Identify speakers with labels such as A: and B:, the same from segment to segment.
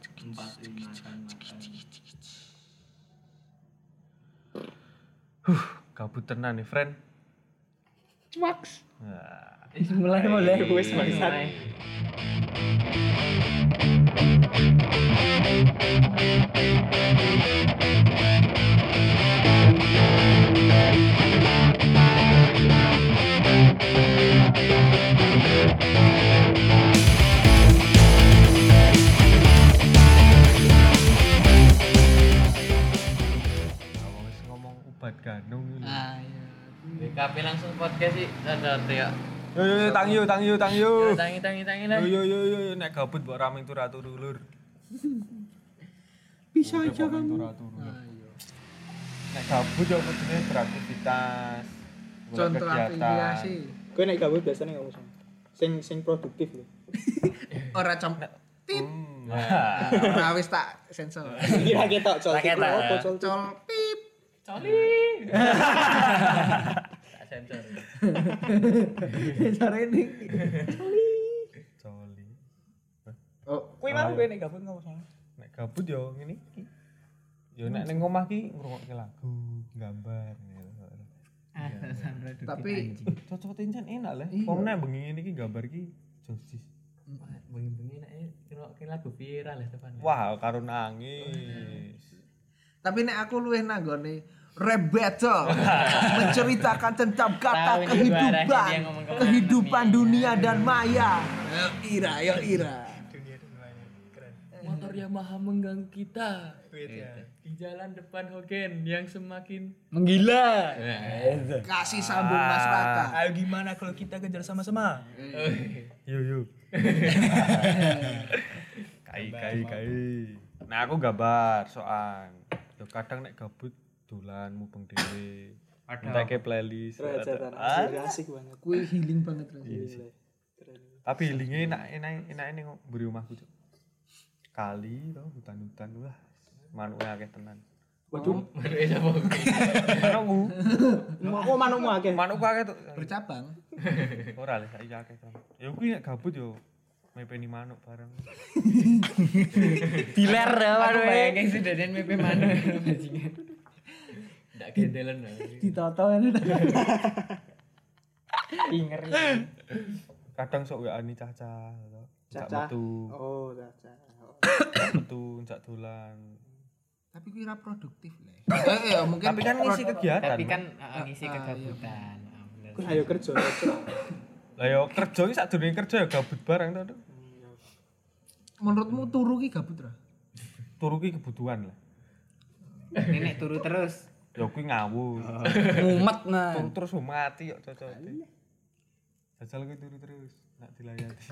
A: ditempatin makan makan.
B: Huh, kabut tenan nih, friend.
C: Cuaks.
B: Wah.
C: Mulai mulai wis bangsat.
B: Kalau Ya, wis ngomong obat ganung ini.
D: Ah, iya. BKP langsung podcast sih. Ada teriak.
B: Yo yo yo, tang yo tang yo tang yo.
D: Yo,
C: Ya,
D: Tangi tangi tangi lah.
B: Yo yo yo yo, yo, nek gabut mbok raming tur atur ulur.
C: Bisa
B: Udah,
C: aja
B: pokoknya tur
C: kamu.
B: atur ulur.
C: Ah, iya.
B: Nek gabut yo kudune beraktivitas. mulai
E: Contoh
B: kegiatan.
E: afiliasi.
C: Gue naik gabut biasanya ngomong sama. Sing sing produktif loh.
E: Ora com tit.
B: Hmm,
C: Ya.
B: nah.
E: Ora wis tak sensor.
C: Kira ketok col.
D: Rakyat,
C: Kira
D: ah.
C: apa, col?
E: Col pip.
D: Coli. Tak sensor.
E: Sensor ini.
B: Coli. Ah, iya.
E: Oh,
C: Kuwi mau gue naik gabut ngomong sama. Hmm.
B: Nek gabut yo ngene iki. Yo nek ning omah ki ngrungokke lagu, gambar gitu.
E: tapi
B: Cocok tincen enak lah. Wong nek bengi ngene iki gambar ki josis.
D: Bengi-bengi nek ngrungokke lagu viral ya depan.
B: Wah, karo nangis.
E: tapi nek aku luwih nanggone rap battle menceritakan tentang kata
D: Tahu ini suaranya
E: kehidupan
D: dia ngomong kemana
E: kehidupan
D: nih.
E: dunia dan maya yo ira yo ira
D: Motor Yamaha mengganggu kita.
A: Tweet ya.
D: Di jalan depan Hogen yang semakin
A: Menggila.
E: kasih sambung masyarakat
A: Ayo gimana kalau kita kejar sama-sama?
B: Yo yo. kai kai kai. Nah, aku gambar soan. Yo kadang nek gabut dolan mubeng dhewe. Enteke playlist.
C: Kira aja
B: ada-
C: tanah.
B: Ah,
C: Asli, Asik banget.
E: kue healing banget Ren.
C: Keren.
B: Tapi healingnya enak enak enak ini beri rumahku cuk. Kali to hutan-hutan wah manuk akeh tenan.
C: Waduh,
D: Aduh, ya apa?
B: Manukku,
C: mau kok manukmu akeh.
B: manukku akeh tuh.
E: bercabang
B: Ora lah saiki akeh tenan. Ya kuwi nek gabut yo mepeni manuk bareng.
D: Biler ya waduh. Bayangin si Deden mepe mana bajingan. Ndak gendelan lah.
E: ditoto ini
B: Kadang sok weani caca to. Cak
C: Cacah.
B: metu,
C: Oh, caca. Oh.
B: cak metu, cak dolan.
E: tapi kue rap produktif lah eh, eh, mungkin
B: Tapi kan ngisi kegiatan.
D: Tapi kan uh, ngisi kegabutan. Ah, bener.
C: Kun ayo kerja, kerja.
B: lah yo kerja iki sadurunge kerja yo gabut bareng to. Dok.
E: menurutmu turu ki gabut ra
B: Turu ki kebutuhan lah.
D: Nenek turu terus.
B: Yo kuwi ngawur.
E: mumet nah
B: Turu terus yo mati yo cocok. Jajal kuwi turu terus, nak dilayati.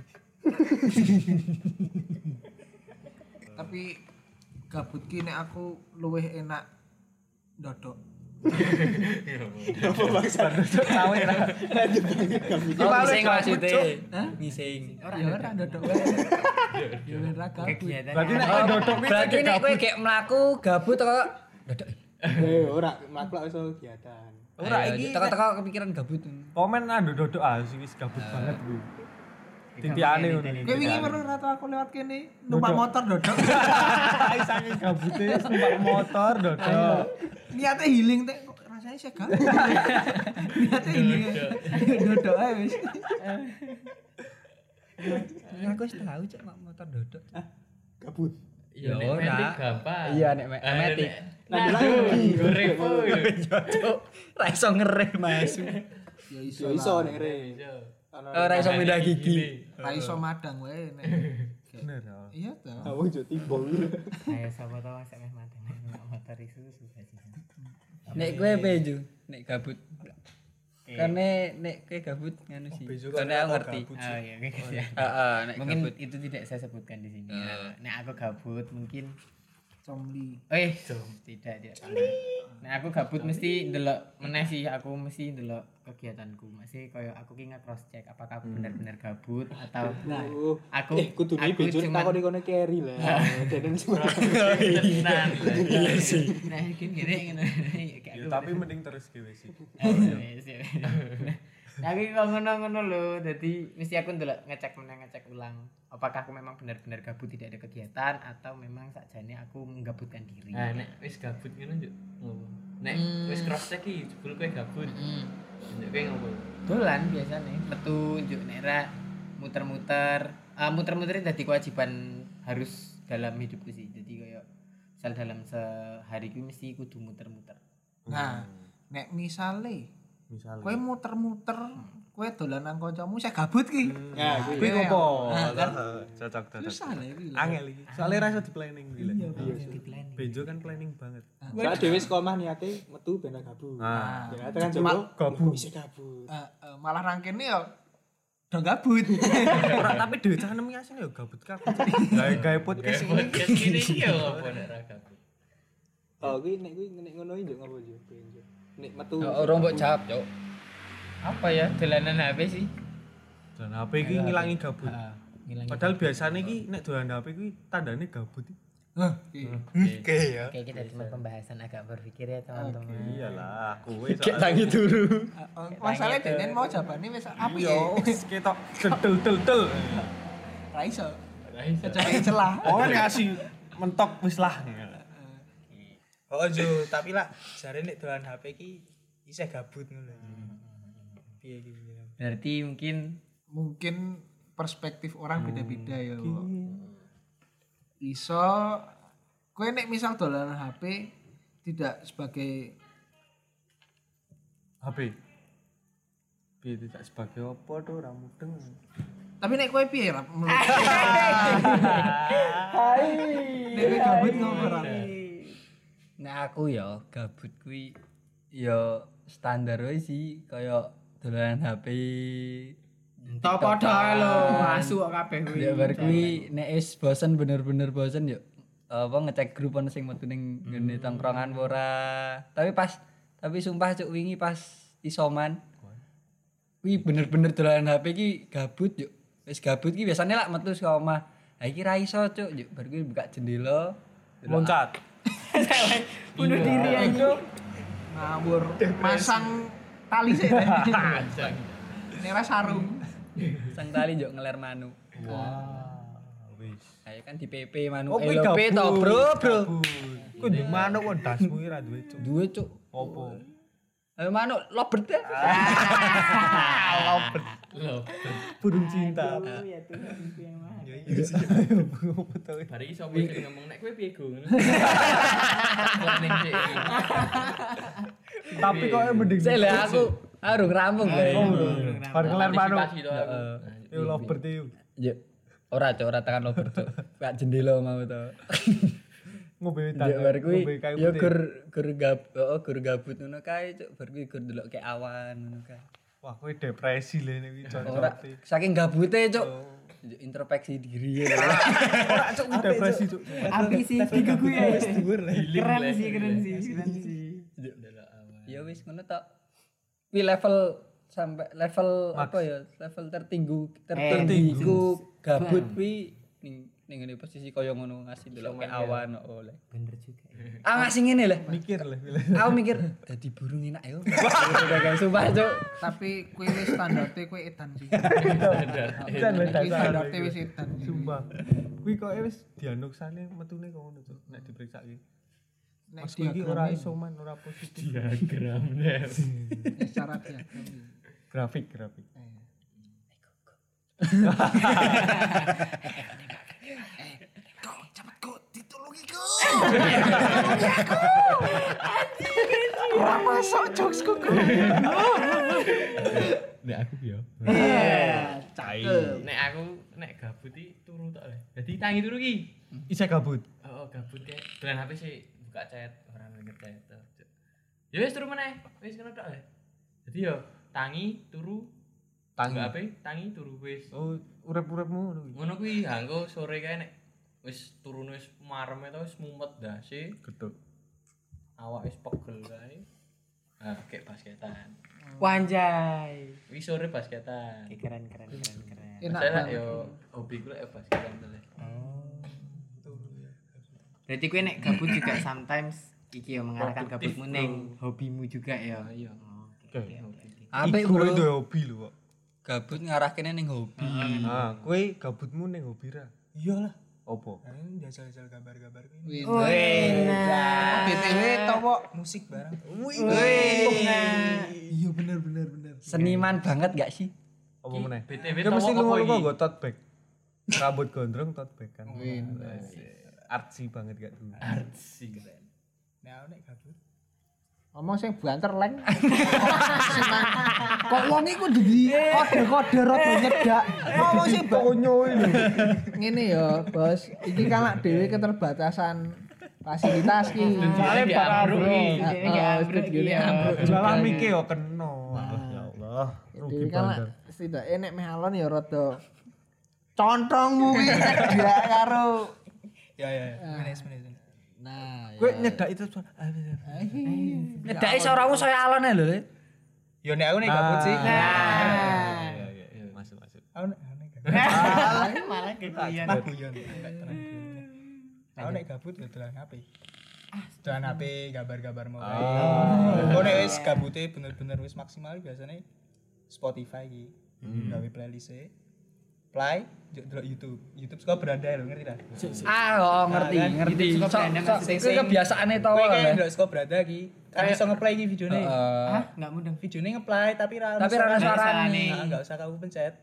E: tapi gabut ki nek aku luwih enak dodok
B: Kawin lah.
D: Oh, ngising maksudnya.
E: Hah?
D: Ngising.
E: ya ora dodok wae. Ya ora gabut.
D: Kegiatan.
B: Berarti nek kowe dodok kuwi
F: berarti nek kowe gek mlaku gabut kok dadak
C: Eh, ora maklak iso kegiatan.
B: ora iki
F: teko-teko kepikiran gabut
B: komen anu dodok ah sing wis gabut banget kuwi. Titiane ngono.
E: Kowe wingi weruh ratu aku lewat kene numpak motor dodok.
B: Ai sange gabute numpak motor dodok.
E: Niate healing teh kok rasanya sih gabut. Niate healing. aja. Dodok ae wis.
F: aku wis tau cek mak motor dodok
C: Gabut.
D: Iya, nek
F: Ya, ora.
D: metik gampang.
F: Iya, nek me-
D: Ah,
F: metik.
D: nek-
C: Nah,
D: Nah,
C: dulu.
D: aduh, gorepo.
F: dodok ra iso ngereh mas
E: Ya iso.
C: Yo iso nek re. Ana
F: ora Oh, iso pindah gigi
E: Ra
C: Eh.
E: iso madang wae nek.
B: Bener. ah.
E: Iya ta.
C: Awang yo timbul.
D: Ayo sapa tau sik meh madang nek motor isu suka sih.
F: nek kowe peju nek gabut karena nek kowe gabut nganu sih karena aku ngerti Ah,
D: Oh iya, oke, oke.
F: heeh nek
D: Mungkin itu tidak saya sebutkan di
C: Eh.
D: sini. Nah, Nek aku gabut mungkin
E: Comli.
D: Eh, tidak tidak. Nah, aku gabut mesti ndelok meneh sih, aku mesti ndelok kegiatanku. Masih koyo aku ki cross check apakah aku benar-benar gabut atau
C: Hmm. Oh.
D: aku
C: Eh, kudune
D: aku
C: benjur
D: cuman-
C: takon kono carry lah. kan Dene cuma Nah,
D: tenan. Iya sih. Nah,
C: Ya,
D: gini gini ngene.
B: Ya tapi mending terus ki wis.
D: Nah,
G: Oh, iya. Tapi kok ngono-ngono lho, jadi mesti aku ndelok ngecek meneh ngecek ulang apakah aku memang benar-benar gabut tidak ada kegiatan atau memang sakjane aku menggabutkan diri.
D: Nah, nek wis gabut ngono njuk. Ngopo? Nek
G: Hmm.
D: wis cross check iki jebul kowe gabut.
G: Mm.
D: Njuk kowe ngopo?
G: Dolan biasanya metu njuk nera muter-muter. Ah, muter-muter itu jadi kewajiban harus dalam hidupku sih. Jadi koyo misal dalam sehari ku mesti kudu muter-muter.
E: Nah, nek misale
B: Misalnya.
E: kowe muter-muter, kowe dolan nang kancamu saya gabut ki.
C: Hmm.
H: Nah,
B: Kowe
E: Kowe kayak-
B: ngopo?
E: Nah, kan
B: Cocok cocok.
E: susah lah iki. lah.
B: Angel iki. Soale ra iso di-planning gila.
G: Di planning.
B: Benjo kan planning banget.
C: Nah.
H: Saat Dewi sekolah mah niatnya metu benar gabut.
B: Nah,
H: Ya, kan cuma
E: Cuma
B: gabut.
H: Bisa gabut.
E: Eh, eh, malah rangkene yo do gabut.
C: Hmm.
B: Ora, tapi dhewe cah nemu asine ya gabut kabeh. Lah gawe podcast
D: Kayak
B: ini.
D: podcast ngene iki ya ngopo nek ra gabut.
H: Oh, gue nek gue nek ngono iki ngopo yo kowe yo. Nek metu.
F: Orang mbok jawab, Cuk.
G: Apa ya dolanan HP sih?
B: Dan HP iki ngilangi gabut.
G: Ngilangi.
B: Padahal biasanya iki nek dolan HP iki tandane gabut.
C: Hmm.
E: Oke ya.
G: Oke, kita cuma pembahasan agak berpikir ya, teman-teman.
B: Iyalah, kowe soalnya.
E: Masalah Eh, denen mau jawabane wis apa ya?
B: Yo, wis ketok tel tel tel.
E: Ra iso.
D: Ra iso.
E: Cocok celah.
B: Oh, nek asih mentok wis lah.
C: Oh, Jo, tapi lah jare nek dolan HP ki isih gabut ngono.
E: Hmm,
C: Piye iki? piye?
G: Berarti mungkin
E: Mungkin perspektif orang beda-beda ya. Wo. Iso kowe nek misal dolanan HP tidak sebagai
B: HP. Piye tidak sebagai apa tuh ora mudeng.
E: tapi nek kowe piye ra menurut Hai. Nek kowe gabut ngopo ra?
B: Iya.
F: Nek aku ya gabut kuwi ya standar wae sih kaya dolanan HP
G: Entah padha ae lho, asu kok kabeh kuwi.
F: Ya bar kuwi nek wis bosen bener-bener bosen yo apa ngecek grup ono sing metu ning
B: Hmm.
F: nggone tongkrongan apa ora. Tapi pas tapi sumpah cuk wingi pas isoman. Kuwi bener-bener dolanan HP ki gabut yo. Wis gabut ki biasanya lak metu saka omah. Ha iki ra iso cuk yo bar kuwi buka jendela.
B: Loncat.
G: bunuh diri aja.
E: Ngawur. Masang tali sih. Nek ra sarung.
F: Sang tali yo ngeler manu.
B: Wis.
F: Ayo kan di PP manu.
B: Oh,
F: Eh,
B: kowe
F: lho, P to,
B: gabut.
F: Bro, Bro.
B: Gabut. Kowe ndek manuk kok dasmu iki ra duwe cuk.
F: Duwe cuk.
B: Opo?
F: Ayo manu lobet deh.
B: Ah,
D: Lho,
B: Burung cinta.
D: bari iso kowe sing ngomong nek kowe piye go ngono. Planning sih.
B: Tapi kok mending
F: Saya lah aku harus rampung lah.
B: Bar kelar manuk.
D: Antisipasi to aku.
B: Yo lover te yo.
F: Yuk. Ora cok, ora tekan lober cok. Kayak jendela mau to.
B: Ngombe wetan.
F: Yo bar kuwi
B: ngombe kayu
F: yo
B: putih.
F: gur gur gab, heeh gur gabut ngono kae cok. Bar kuwi gur delok kayak awan ngono kae.
B: Wah, kowe depresi lho nek iki
F: Ora
B: cocok.
F: saking gabute cok. Yo, introspeksi diri ya.
B: Oh. Ora cuk depresi cuk.
G: Api sih gigu gue ya. Keren
D: lah,
G: sih, keren sih, keren sih.
F: Ya wis ngono tok. Wi level sampai level apa ya? Level tertinggu
G: Eh,
F: tertinggu gabut
G: Hmm.
F: wi ning ning ngene posisi kaya ngono ngasih delok kayak awan kok oleh.
G: Bener juga. ya.
F: Ah ngasih ngene lho.
B: Mikir lah. Wil.
F: Aku mikir dadi burung enak ya." yo. Sumpah cuk.
E: Tapi kowe wis standarte kowe edan sih.
B: Jan lho
E: Kowe
B: dasar.
E: standarte wis edan. sih.
B: Sumpah. Kuwi kok wis dianuksane metune kok ngono cuk. Nek dipriksake.
E: Nek
B: Mas kuwi iki ora iso man ora positif.
D: Diagram nek.
E: secara diagram.
B: Grafik, grafik.
E: Cepat kok ditulungi ku. Tolongi aku. Ora masuk jokesku ku.
D: Nek aku yo.
E: Cakep.
D: Nek aku nek gabut iki turu tok le. Dadi tangi turu ki.
B: Isa gabut.
D: Oh, oh, gabut ya. Dolan HP sih buka chat, orang denger chat. tuh. Ya wis turu meneh. Wis ngono tok ya. Jadi yo tangi turu tangi HP, tangi turu wis.
B: Oh, urep-urepmu ngono kuwi.
D: Ngono kuwi ha engko sore kae nek wis turun wis marem eta wis mumet dasi,
B: Getuk.
D: awak wis pegel kae. Ah, kayak basketan.
G: Wanjai.
D: Wis sore basketan.
G: Oke, keren, keren, keren, keren.
E: Enak
D: Saya yo hobi ku lek basketan to, Le.
G: Berarti gue nek gabut juga sometimes iki yo mengarahkan gabutmu ning hobimu juga ya.
D: Iya.
G: Oke, oke, oke.
F: Apik,
B: Iku
F: Bro.
B: itu hobi lho kok.
F: Gabut ngarah kene ning hobi. Hmm.
B: Nah, kowe gabutmu ning hobi ra?
C: Iyalah.
B: Opo?
C: Nah, ini jajal-jajal gambar-gambar ini.
E: Oh, BTW toko
C: Musik barang.
E: iya bener bener bener.
F: Seniman banget gak sih?
B: Apa meneh?
D: BTW
B: Kita mesti
D: toko apa
B: ngomong
D: iki?
B: nggo tote bag. Rambut gondrong tote bag kan. Artsy banget gak dulu.
D: Artsy keren.
C: Nah, aku nek gabut.
E: Ngomong sing banter leng. Seniman. Kok wong iku duwe kode-kode rada nyedak. Ngomong sing bonyo lho. Ngene ya, Bos. Iki kalak dhewe keterbatasan fasilitas ki.
D: Soalnya para bro.
G: Studionya nggak ambruk,
E: Studionya
G: iya.
E: ambruk.
B: Jalan miki yo kena. Ya Allah.
E: Dhewe kalak setidaknya nek meh alon ya rada contongmu ki nyedak karo
C: Ya ya ya. Manis manis.
E: Nah,
B: Kowe nyedak itu suara.
F: Ngedaki soramu saya alon lho. Le.
C: Yo nek aku nek gabut sih.
E: Nah.
B: Iya iya iya. Masuk masuk.
C: Aku nek aku nek gabut.
E: Nah.
G: malah gitu ya. keguyon
C: Nah, guyon. Enggak tenang, guyon. Aku nek gabut ya dolan HP.
F: Ah,
C: Dolan HP gambar-gambar mau. Oh, nek wis gabute bener-bener wis maksimal biasanya Spotify iki. Gawe playlist e. Play, juk delok YouTube. YouTube suka beranda lho, ngerti lah.
F: Ah, oh, ngerti, ngerti.
G: Gitu, suka
F: Sok
G: berandang
F: sok
G: sing-
F: kuwi kebiasaane to.
C: Kowe kan
F: Le.
C: ndelok suka beranda iki. Kan iso ngeplay iki videone.
F: Eh,
G: Hah? Nggak mudeng.
C: Videone ngeplay tapi ra
F: Tapi ra ono suarane.
C: Enggak usah kamu pencet.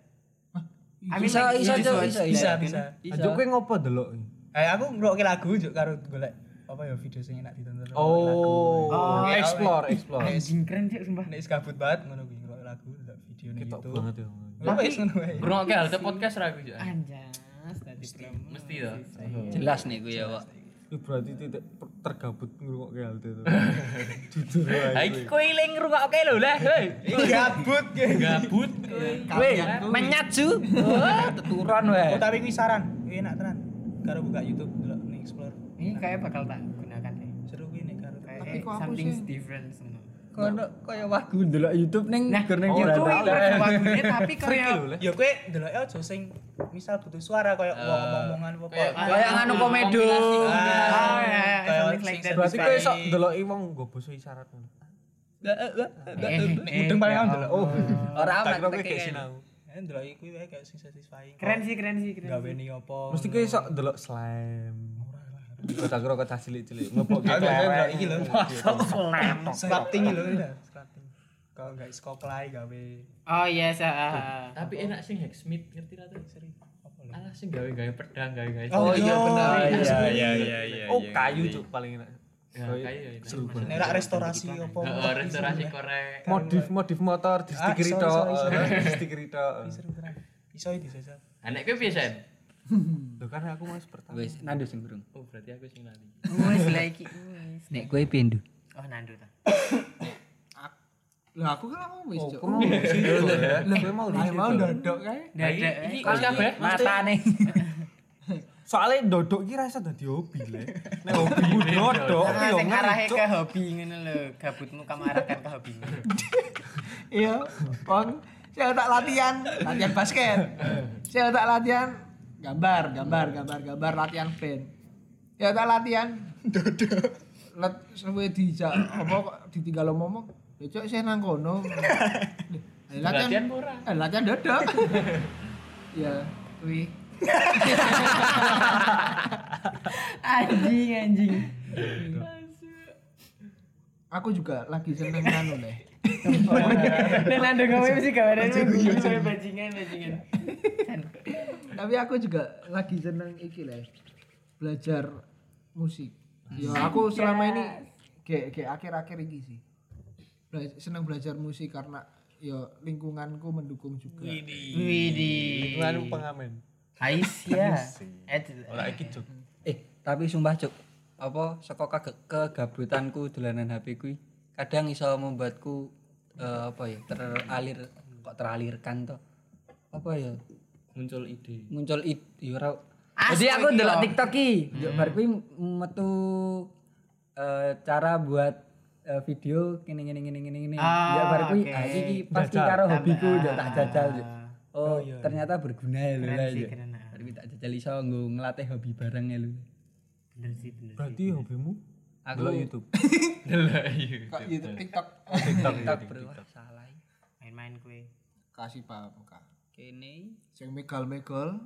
F: Bisa
G: Iya,
F: bisa Cuk, bisa
C: Bisa, bisa.
B: Aja kowe ngopo delok?
C: Eh aku ngrokke lagu juk karo golek apa ya video sing enak ditonton.
B: Oh, Gitu. explore explore.
G: Anjing keren sih sumpah.
C: Nek wis gabut banget ngono kuwi ngrok lagu ndak video ning
B: Ketok
C: YouTube.
B: banget ya.
C: Ya wis ngono wae.
D: Ngrungokke halte podcast ra aku, Cuk.
G: Anjas, tadi promo.
D: Mesti to.
F: Jelas nih gue ya, Pak.
B: Itu berarti tidak per- tergabut ngrungokke hal itu. Jujur
D: Ha
B: ae.
D: iki kowe eling ngrungokke lho lah, hei.
C: Iki gabut ge.
D: Gabut.
F: Weh, menyat Ju. Wah, teturan weh.
B: Eh.
C: Oh tapi kuwi saran, kuwi enak tenan. Karo buka YouTube delok ning explore.
G: Ini kayak bakal tak gunakan deh.
C: Seru kuwi nek karo
G: Kayak eh, something's different ngono.
F: Kono kaya wahku ndelok YouTube ning
G: Nah,
F: ning
G: itu itu lagunya tapi kayak
B: Eh.
C: Ya kowe delok aja sing misal butuh suara koyo ngomong-ngomongan
B: Eh,
C: Nah, apa.
F: Kayak nganu komedo.
G: Oh, ya, ya,
C: Kayak
G: something like
C: sing
G: that.
B: Berarti kowe sok
C: Spotify.
B: ndeloki wong nggo basa isyarat ngono.
G: Eh,
C: Mudeng paling aku delok. Oh,
F: Ora
B: Tak
F: amat
B: kira kowe
F: teke.
B: gak sinau.
C: delok iki eh, kuwi wae kayak sing satisfying.
G: Keren sih, keren sih, keren. sih.
C: Gaweni apa?
B: Mesti kowe sok ndelok slime. Kok tak kira kota cilik-cilik. Ngepok
C: Aku biasanya
B: kelereng.
C: delok iki lho. Scrapting iki lho ngerti ndak? Scrapting. Kalau enggak skoplay gawe
G: Oh yes, ah, ah, ah.
D: Tapi enak sing Hacksmith ngerti ra tuh seri. Alah sing gawe-gawe pedang, gawe-gawe.
C: Oh iya bener.
B: Iya iya iya iya. Oh, kayu cuk paling enak.
D: Ya, kayu ya, enak.
B: Seru banget.
C: Nek rak restorasi apa?
D: Heeh, restorasi korek.
B: modif modif motor di
C: Ah,
B: stikeri
C: sorry,
B: tok
C: sorry, sorry.
B: eh, di stikeri tok
C: Seru tenan. Iso iki sesel.
D: Ha nek kowe piye, Sen?
B: Loh, kan aku mas pertama
F: Wis, nandu sing burung.
D: Oh, berarti aku sing lali.
G: Wes lagi. wes.
F: Nek kowe pindu.
G: Oh Nando ta.
E: Lah aku kan ngomong
F: Oh,
E: wis, Cuk.
B: gue mau
E: Lah mau ndodok kae.
G: Dadak.
D: Nah, Iki kok kabeh?
F: Matane.
B: soalnya dodok ki rasa dadi hobi le nek hobi ku dodok ki yo
G: Sing
B: ngeri
G: arahe ke hobi ngono lho, gabutmu kamu arahkan ke hobi.
E: Iya, kon saya tak latihan, latihan basket. Saya tak latihan gambar, gambar, gambar, gambar latihan band. Ya tak latihan dodok. Let sampe dijak apa kok ditinggal ngomong. Ya cok saya nang kono. Eh,
D: Latihan
E: latihan
D: apa ora?
E: eh, latihan dodok. Ya, kuwi.
G: Anjing anjing.
E: Aku juga lagi seneng anu nih.
G: Nek Nando gawe mesti gambaran bajingan bajingan.
E: tapi aku juga lagi seneng iki lah belajar musik ya aku selama ini kayak kayak akhir-akhir ini sih Bela- seneng belajar musik karena ya lingkunganku mendukung juga
G: Widih.
B: lalu pengamen
G: Ais ya. Eh,
B: ora iki cuk
F: Eh, tapi sumpah Cuk, apa saka kage- kegabutanku dolanan HP kuwi kadang iso membuatku eh, apa ya teralir kok teralirkan to. Apa ya?
D: Muncul ide.
F: Muncul id ya ora. Jadi
G: Asli
F: aku
G: iki,
F: ndelok
G: yo.
F: TikTok ki, yo bar kuwi metu eh, cara buat eh, video gini gini gini gini gini.
G: Ah,
F: ya bar kuwi
G: oke. Ah.
F: ah, iki pasti karo hobiku yo tak jajal. yo. Oh,
D: iya,
F: ternyata berguna ya lho.
G: Keren
F: lah,
G: sih
F: yo.
G: keren. ah.
F: Bar kuwi tak jajal iso nggo ngelatih hobi bareng ya lho.
G: Bener sih bener.
B: berarti hobimu
F: Aku YouTube.
D: Delok iya.
E: kok YouTube TikTok
F: Iya, TikTok bro. Wah, Salah.
G: Main main-main kowe.
E: kasih paham kak
G: Kene
E: sing megal megal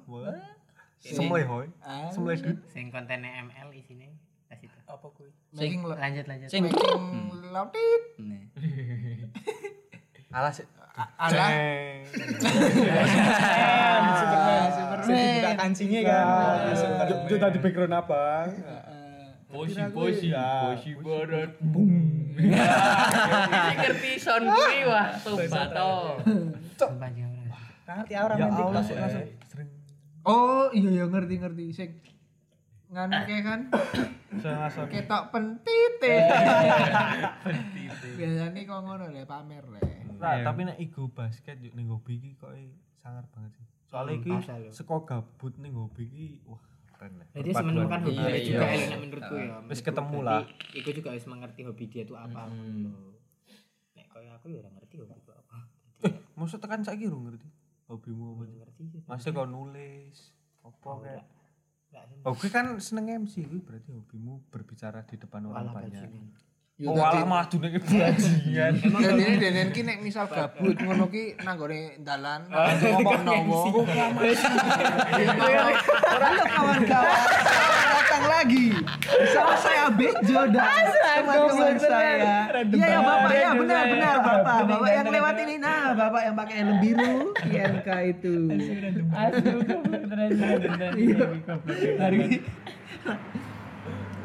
B: Semua hoi.
E: ah
B: Semua dude.
G: sing kontennya ML isine tas itu.
C: apa kuwi
E: making lo
G: Lanjut lanjut.
F: Sing
E: making lautit
F: Nih.
B: Alas.
E: ala
C: Superman Superman
E: Superman.
C: dibuka kancingnya kan
B: Iya.
C: Ah, Superman.
B: Itu tadi background apa?
D: Posi posi
B: Iya,
D: posi barat. ngerti sound kuwi wah tobat to.
G: Sumpah jauh.
C: ngerti aura
B: Ya
C: main
B: Allah,
C: TikTok.
B: sih, langsung. Sering.
E: oh iya iya ngerti ngerti sing nganu kayak kan
B: Sering langsung.
E: ketok pentite biasanya kok ngono le pamer le
B: Nah,
G: Iya.
B: tapi nek ego basket yuk ning hobi iki kok e sangar banget sih. Soale iki
G: asal ya.
B: seko gabut ning hobi iki wah keren lah.
G: Jadi menemukan hobi
F: Iya,
G: dia
F: iya.
G: juga enak menurutku ya.
B: Wis
G: Menurutku
B: ketemu
G: berarti
B: lah.
G: Iku juga harus mengerti hobi dia tuh apa.
F: Hmm.
G: ngono. Nek koyo aku ya ora ngerti hobi ku apa.
B: Maksud tekan saiki ro ngerti hobimu apa?
G: Ora Hmm, ngerti sih. Oh,
B: Masih kau nulis apa kayak
G: Ora sih.
B: Oke kan seneng MC kuwi berarti hobimu berbicara di depan orang
G: Walah
B: banyak.
G: bajingan.
B: Oh, walah malah dunia bajingan.
E: Dan ini denen ki nek misal gabut ngono ki nang gone dalan ngomong nopo. Iya, Ora yo kawan-kawan. Selamat Datang lagi. Sama saya Bejo dan teman-teman saya. Iya ya Bapak ya benar benar Bapak. Bapak yang lewat ini nah Bapak yang pakai helm biru INK itu. Iya. Hari ini.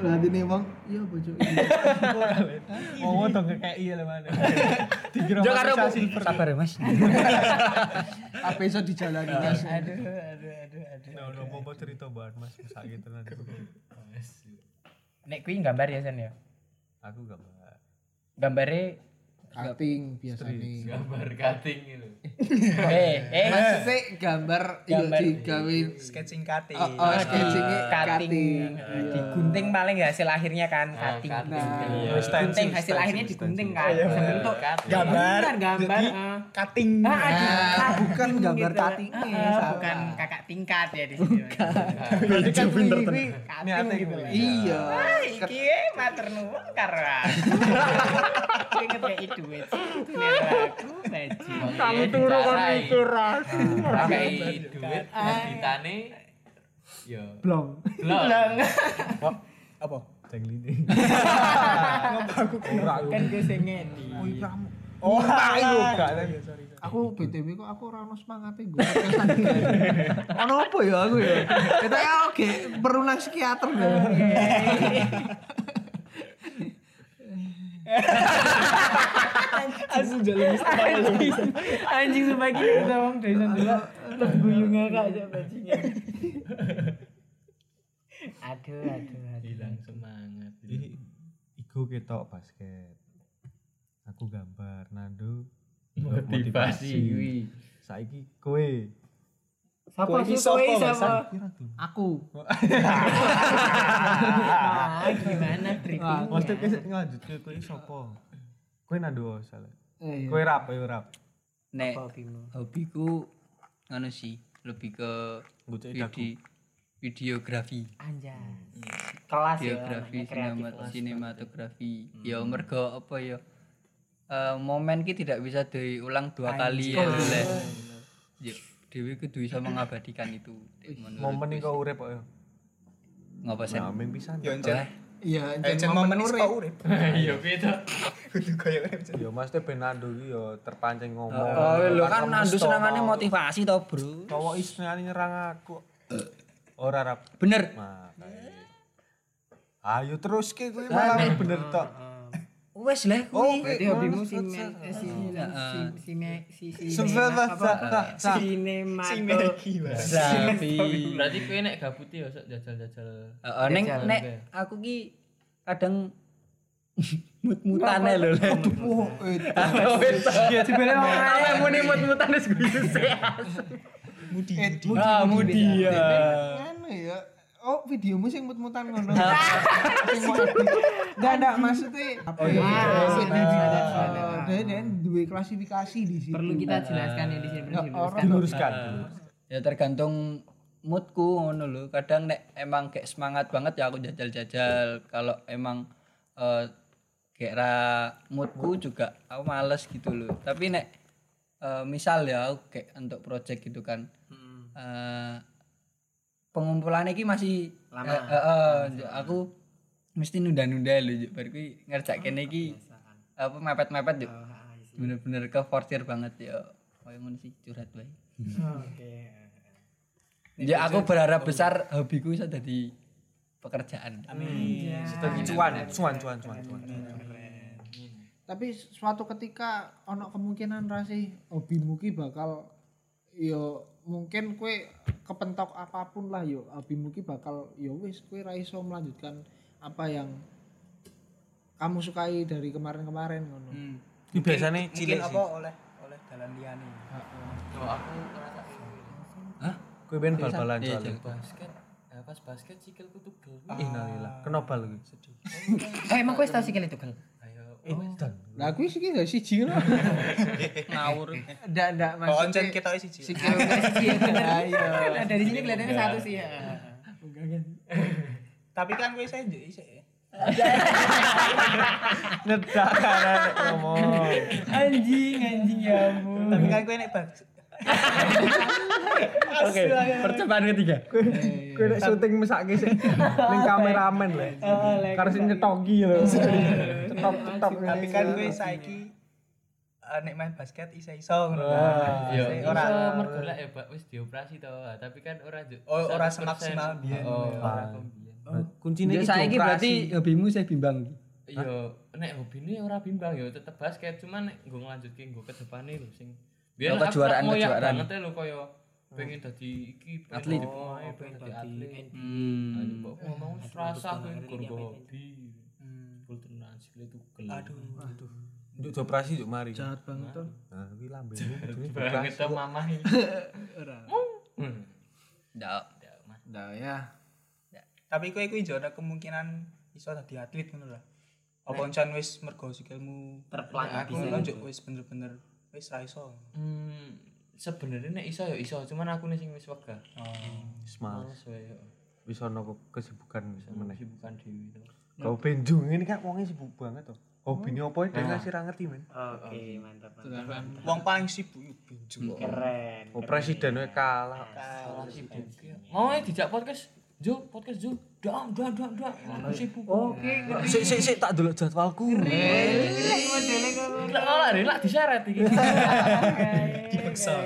E: Lah ini emang iya bojo.
B: Mau dong kayak iya lah mana. Dikira
F: Jo karo sabar ya, Mas.
E: Apa iso dijalani Mas?
B: Nah, udah mau mau cerita banget Mas sakit tenan.
G: Nek kuwi gambar ya San ya.
B: Aku gak bakal.
G: Gambare
E: Cutting biasanya.
D: Gambar cutting itu.
G: eh eh
E: Maksudnya gambar iya
G: Gambar. Ah,
E: digawe
C: sketching cutting
E: oh,
B: Ah,
E: oh sketchingnya
G: cutting,
E: cutting.
G: Eh, digunting paling hasil akhirnya kan
F: Ah,
G: cutting,
F: Iya.
E: Nah,
B: Terus
G: gunting hasil akhirnya digunting kan bisa bentuk
C: gambar
G: Benar, gambar
C: jadi
G: ah.
C: cutting
G: Ah, ah, di-
E: Nah, bukan gambar
G: gitu.
E: cuttingnya,
G: Ah, ah,
E: salah.
G: bukan kakak tingkat ya di situ
B: Berarti kan pinter tenan.
G: cutting gitu lah
E: Iya.
G: Ah, iki ya mater nuwun karo aku. Aku Inget ya itu wes. Aku baji.
D: Kamu turu kan mikir Pakai duit ditane yo
E: Blong.
D: belum.
C: apa
B: Ceng lini.
G: Kan gue sing ngedi.
C: oh
B: Ah, iya,
C: ayo
E: Aku BTW kok aku ora ono semangate gue. Ono apa ya aku ya? Kita ya oke, perlu nang psikiater deh.
G: Anjing supaya gini kita wong desa dulu. Terguyung kak aja bajingan. Aduh, aduh, aduh.
D: Hilang semangat.
B: Ih, Iku ketok basket. Aku gambar Nando.
D: Motivasi.
B: Saiki kowe.
G: Siapa sih
C: sopo,
G: kowe siapa?
B: Kira tuh.
E: Aku. Oh,
G: Ah, gimana
B: Mesti
G: tripping?
B: kowe lanjut ke kowe sapa? Kowe Nando oh, salah.
E: Eh,
B: Kowe rap, kowe rap.
F: Nek hobiku ngono sih, lebih ke
B: Ngoceki dagu.
F: vide- videografi.
G: Anjay. Kelas ya,
F: Biografi,
G: namanya kreatif
F: sinemat-
G: kelas.
F: sinematografi. Ya mergo apa ya? eh, momen ki tidak bisa diulang dua kali ya oleh. Ya, Dewi kudu bisa mengabadikan itu. Menurut
B: Momen iki kok urip kok.
F: ngapa Eh, sih?
B: Ameng pisan.
C: yo encen
E: Iya,
C: encen
E: encen
C: momen
E: momen
C: is
E: urip.
C: kau urip
D: Iya kuwi to.
C: kudu koyo urip
B: Ya mesti ben Nando iki yo terpancing ngomong.
F: Oh, lho kan
B: Ngomong
F: nandu
B: sto,
F: senengane
B: mau.
F: motivasi to, Bro.
B: Cowok istilahnya nyerang aku. Ora rap.
F: Bener.
B: Makanya. Nah, gitu. Ayo terus ke kowe malah bener tok.
F: Wes lah
B: Oh,
F: kuwi.
G: Berarti hobimu si men Iya, eh, si
F: Heeh.
G: si si me- si si
B: Sebentar,
G: sinemato-
F: Grafi.
D: Berarti kowe nek gabut ya sok jajal-jajal.
F: Heeh, neng
G: Jajal,
F: nek
D: oke.
F: aku ki kadang mut-mutan ae lho. Len.
E: Oh, eh,
G: Eh,
F: Dibele wong awake muni mut-mutan wis guyu sih.
C: mudi
E: Eh,
C: mudi
F: Ah, mudi ya.
E: Anu ya. Oh, videomu sing mut-mutan ngono. Sing mau edit. Nggak, nggak, maksudnya apa
G: iya,
E: ya? Oh, dan dan duwe klasifikasi di situ.
G: Perlu kita jelaskan ya di sini perlu diluruskan.
B: diluruskan.
F: Ya tergantung moodku ngono lho. Kadang nek emang kayak semangat banget ya aku jajal-jajal. Kalau emang eh kayak ra moodku juga aku males gitu loh. Tapi nek eh, misal ya aku kayak untuk project gitu kan eh, pengumpulan ini masih eh, lama aku mesti nunda-nunda lho Juk. baru kui ngerjakin iki apa mepet-mepet yuk bener-bener ke forsir banget ya kayak ngono sih curhat wae ya aku berharap besar hobiku bisa jadi pekerjaan
B: cuan cuan cuan cuan cuan
E: Tapi suatu ketika ono kemungkinan rasi hobi muki bakal yo mungkin kue kepentok apapun lah yo hobi muki bakal yo wis kue ra iso melanjutkan apa yang kamu sukai dari kemarin-kemarin ngono.
B: ini biasanya
C: Mungkin
B: cilik
C: apa
B: sih
C: oleh oleh dalan liyane.
D: Tuh aku ngerasa
B: Hah? kue ben bal-balan
F: Iya,
B: soalnya
D: basket. Nah, pas basket sikilku tugel.
B: innalillah kenobal gue sedih
G: oh emang kue tau sih kali tuh
D: Ayo.
E: Lah kuwi siki gak siji lho.
C: Ngawur.
E: Ndak ndak Mas.
C: Koncen Oh, kita siji.
E: Sikil Ayo.
G: dari sini kelihatannya satu sih ya
C: Tapi kan kowe saya njuk isik. ya.
B: nyedak karena nek ngomong
G: anjing anjing ya ampun
B: Hmm.
C: Tapi kan kowe nek bagus.
B: oke percobaan ketiga kue nek syuting mesake sih ning kameramen lho karena sing nyetoki lho cetok cetok Iya.
C: Tapi kan kowe saiki eh, nek main basket isa iso ngono.
D: Yo,
C: Saya
D: ora
C: ora-
D: mergo lek ya, Pak, wis dioperasi to, ah, tapi kan ora ju-
C: Oh, ora
D: 100%.
C: semaksimal biyen.
D: Oh, ora
B: Ah.
D: pembiyen.
B: kuncinya
F: Jadi saya berarti hobimu saya bimbang.
D: Yo, nek hobine ora bimbang yo tetep basket, cuman nek nggo nglanjutke nggo ke depane lho sing. Biyen
F: Yo,
D: aku tak
F: kejuaraan-
D: ngoyak
F: kejuaraan.
D: banget e lho koyo pengen dadi iki, pengen
F: Atlet. Hmm.
D: dadi pemain, pengen dadi atlet. Hmm. Ayo, Mbok, ngomong rasa kowe kurang hobi.
C: Hmm.
D: Full tenan sikile tugel. Aduh,
B: untuk operasi yuk mari
E: Jahat banget tuh.
B: nah kuwi lambe kudu
D: banget to mamah iki. Ora.
F: Ndak.
E: Ndak ya.
C: Tapi kowe kuwi jono kemungkinan iso dadi atlet ngono lah. Apa koncen wis mergo sikilmu terplan aku ngono njuk wis bener-bener wis ra iso.
D: Hmm, sebenarnya nek iso ya iso, cuman aku nih sing wis wegah.
B: semal
D: Males wae yo.
B: wis ana kok kesibukan meneh
D: Bukan dewi to.
B: kau benjung ini kan wongnya sibuk banget tuh hobinya apa ya dia sih ra ngerti men
G: oke mantap mantap
C: Wong paling sibuk yo benjo.
G: keren
B: oh presiden we kalah
D: Salah sibuk. Mau ae dijak podcast. Jo, podcast Jo. Dang, dang, dang, dang. Aku sibuk. Oke.
B: sik sik sik tak delok jadwalku
D: Lek ora rela diseret iki.
C: Dipaksa.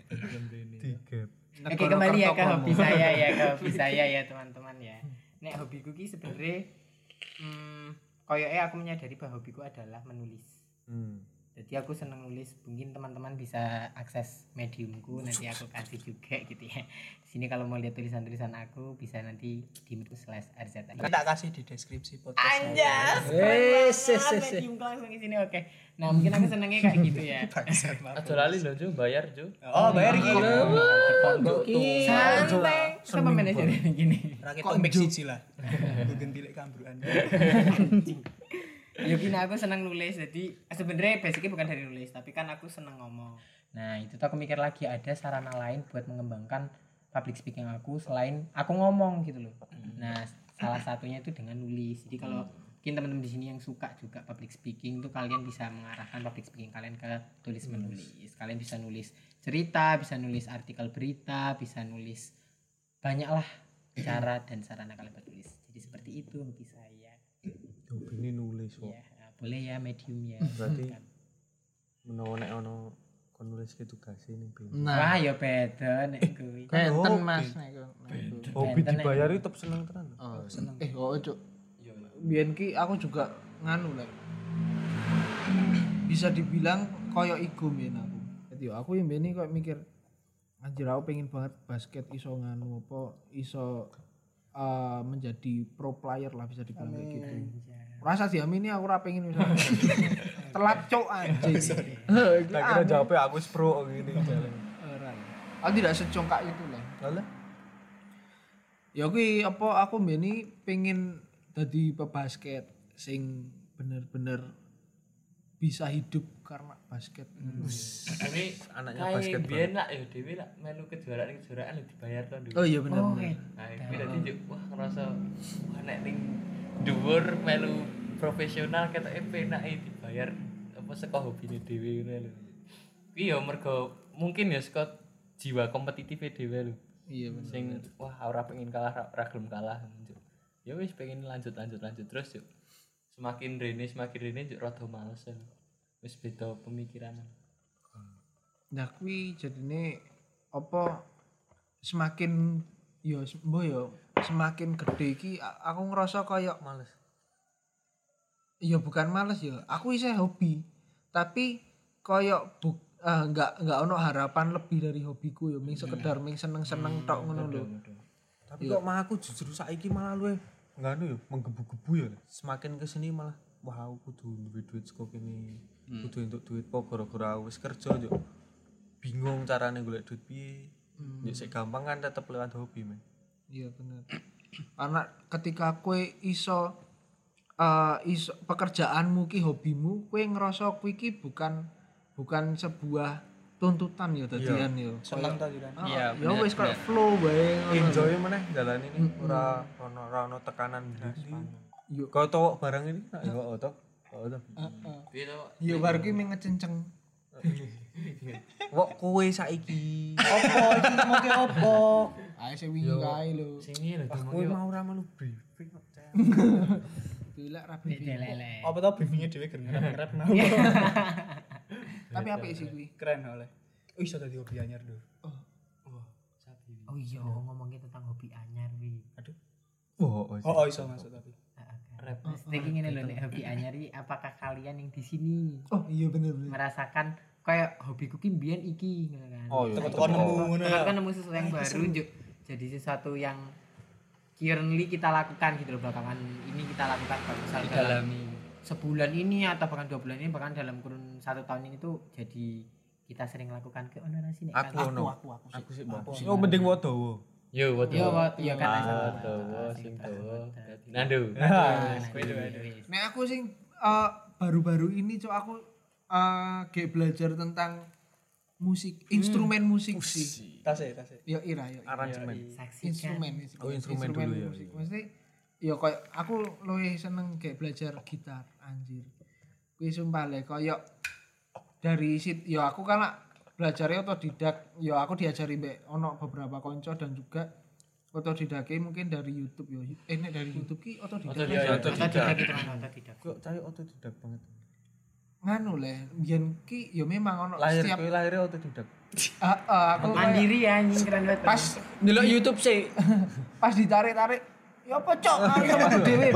B: tiga
G: Oke kembali ya ke hobi saya ya ke hobi saya ya teman-teman ya. Nek hobiku ki sebenarnya hmm, koyoke aku menyadari bahwa hobiku adalah menulis.
B: hmm.
G: Jadi aku seneng nulis, mungkin teman-teman bisa akses mediumku nanti aku kasih juga gitu ya. Di sini kalau mau lihat tulisan-tulisan aku bisa nanti di medium slash RZ.
C: Kita tak kasih di deskripsi podcast.
G: Anjas. Wes, mediumku langsung di sini oke. Nah, mungkin aku senengnya kayak gitu ya.
C: Bangsat, maaf.
D: Aja lali lho Jo, bayar Jo.
C: Oh, bayar iki.
G: Santai. Sama manajer gini.
C: Rakyat tombek siji lah. Gue gentilek kambruan.
G: ya gini aku seneng nulis jadi sebenarnya basicnya bukan dari nulis tapi kan aku seneng ngomong nah itu tuh aku mikir lagi ada sarana lain buat mengembangkan public speaking aku selain aku ngomong gitu loh nah salah satunya itu dengan nulis jadi kalau mungkin teman-teman di sini yang suka juga public speaking itu kalian bisa mengarahkan public speaking kalian ke tulis menulis kalian bisa nulis cerita bisa nulis artikel berita bisa nulis banyaklah cara dan sarana kalian bertulis jadi seperti itu hobi saya
B: hobi ini nulis kok
G: Ya, boleh ya medium ya.
B: Berarti-
G: Kan.
B: menawa nek ono kon nulis ke tugas ini ben
G: Wah, ya beda nek kuwi.
E: Benten Mas nek iku. Nek iku.
B: hobi dibayar itu tetep seneng tenan
E: Oh, seneng. Eh, oh, Cuk. Biyen ki aku juga nganu lek. Bisa dibilang koyo iku mbiyen aku. Dadi aku yang mbiyen iki koyo mikir anjir aku pengen banget basket iso nganu apa iso eh, menjadi pro player lah bisa dibilang kayak gitu. Rasa diamini aku ora pengen bisa. Telat cok anjing.
B: tak kira jawabnya aku wis pro ngene jalan
E: Ora. Aku tidak secongkak itu lah.
B: Lah,
E: ya kuwi apa aku mbene pengen dadi pebasket sing bener-bener bisa hidup karena basket
D: Ini
B: anaknya
D: kayak
B: basket
D: biyen lah yo dhewe lah melu kejuaraan ning kejuaraan lho dibayar to
E: oh
D: dhewe.
E: iya bener
G: Oh,
E: bener.
G: eh,
D: Nah, iki dadi Jo wah ngerasa wah nek ning dhuwur melu e profesional ketoke penake dibayar apa saka hobine dhewe ngono lho. Kuwi ya mergo mungkin ya saka jiwa kompetitif dhewe lho.
E: Iya, bener.
D: Sing wah ora pengen kalah, ra- ra gelem kalah. Juk. Ya wis pengen lanjut lanjut lanjut terus yuk. Semakin rene semakin rene juk rada males ya. Wis beda pemikiran.
E: Nah kuwi jadine apa semakin yo mbah yo semakin gede iki a- aku ngerasa kayak males. Ya bukan males ya, aku isih hobi. Tapi kayak bu, eh, nggak nggak ono harapan lebih dari hobiku yo, ming sekedar ming seneng-seneng tok ngono lho.
B: Tapi kok mah aku justru saiki malah luwe nganu yo, menggebu-gebu yo. Semakin kesini malah wah aku kudu duwe duit saka kene. Kudu entuk duit po gara-gara aku wis kerja yo. Bingung carane golek duit piye. Yo sik gampang kan tetep lewat hobi men.
E: Iya bener. Karena ketika kue iso eh iso pekerjaanmu ki hobimu, kue ngerasa kue ki bukan bukan sebuah tuntutan ya tadian yo.
C: seneng tadi kan
E: Iya, ya wis kayak flow bae ngono.
B: Enjoy meneh jalan ini ora ono ora ono tekanan
E: Yo.
B: gitu. Kau tau barang ini? Nah, Yo otok. Otok.
D: Kuwi to
E: Yo baru ki ming ngecenceng.
B: Kok kowe saiki?
E: Opo iki mau ki opo? Ae sing wingi kae lho.
D: sing iki lho
B: Kowe mau ora melu briefing kok. Cek.
E: Dilek rabi.
G: Lele.
C: apa tau briefingnya dhewe keren ngerap nang
E: Tapi apik sih kuwi?
C: keren oleh oh iso tadi hobi anyar lho
G: Oh iya, ngomongin tentang hobi anyar wi.
B: Wah, wis.
C: oh oh iso masuk tapi
G: Rap. Tapi ngene lho nek hobi anyar iki apakah kalian yang di sini
E: Oh iya bener bener.
G: merasakan kayak hobiku ki mbiyen iki ngono kan.
B: Oh iya.
C: tekan nemu ngono ya
G: Ternyata kan nemu sesuatu yang baru Juk. jadi sesuatu yang currently kita lakukan gitu loh belakangan ini kita lakukan kalau misalnya dalam sebulan ini atau bahkan dua bulan ini bahkan dalam kurun satu tahun ini tuh jadi kita sering lakukan ke ono nasi nek
B: Aku ono.
E: Aku aku
B: Aku sih bagus. Oh, mending wadowo.
D: Yo what
G: Yo, what- yo, kan, asal.
D: Dawa sing dawa. Nando.
G: gitu,
E: Nek aku sing eh, baru-baru ini cok aku eh kayak belajar tentang musik,
B: Hmm,
E: instrumen musik sih.
C: tas ya tas
E: Yo
C: ya
E: ira yo. ira.
B: Aransemen.
G: saksikan
E: Instrumen musik.
B: Oh, instrumen dulu ya,
E: musik. Mesti yo koyo aku luwih seneng kayak belajar gitar anjir. Kuwi sumpah le koyo dari sit yo aku kan lah belajarnya otodidak yo aku diajari mbek ono beberapa konco dan juga otodidaknya mungkin dari YouTube yo eh nek dari YouTube ki otodidak
G: atau tidak gitu kan atau tidak
B: Kok cari otodidak banget.
E: nganu le biyen ki yo memang ono
B: Lahir
E: setiap
B: kowe lahirnya otodidak.
E: Ah, ah, aku kayak
G: mandiri ya anjing keren banget
E: pas
F: Delok YouTube sih.
E: pas ditarik-tarik ya apa cok aku metu dhewe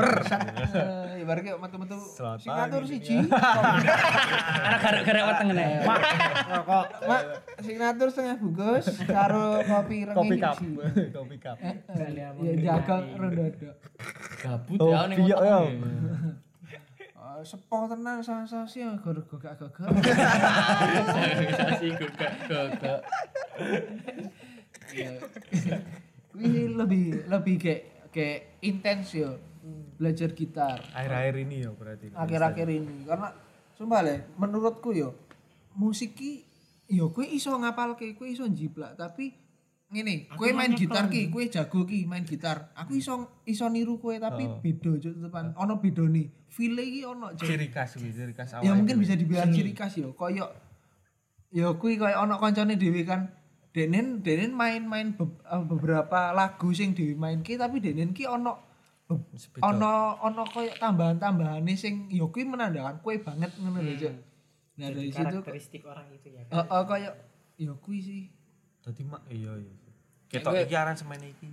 E: ya bareng kayak metu-metu sing ngatur siji
F: Karena gara-gara weteng ngene.
E: rokok mak sing ngatur setengah bungkus karo kopi rengi siji
B: Kopi cup.
E: ya jagal rondodo
D: Gabut ya ning
B: Iya, ya.
E: Eh, sepo tenan sensasi gak gak gak
D: organisasi gak gak.
E: ini lebih lebih kayak kayak intens yo belajar gitar
B: Akhir-akhir ini ya berarti.
E: akhir-akhir ini karena sumpah le menurutku yo musik ki yo kue iso ngapal kue iso jiplak tapi ngene kue main gitar ki kue jago ki main gitar aku iso iso niru kue tapi beda jo teman ono beda nih feel ki ono jo
B: Ciri khas kuwi, ciri khas awal.
E: ya mungkin bisa dibilang ciri khas yo koyo yo kui koyo ono koncone dhewe kan denen denen main-main be- eh, beberapa lagu sing dhewe main ki tapi denen ki ono be- ono ono koyo tambahan-tambahane sing yo kui menandakan kue banget ngono lho Cuk. Nah dari situ
G: karakteristik orang itu ya
E: heeh koyo yo kui sih
B: Dadi mak iya iya. Ketok iki aransemen iki.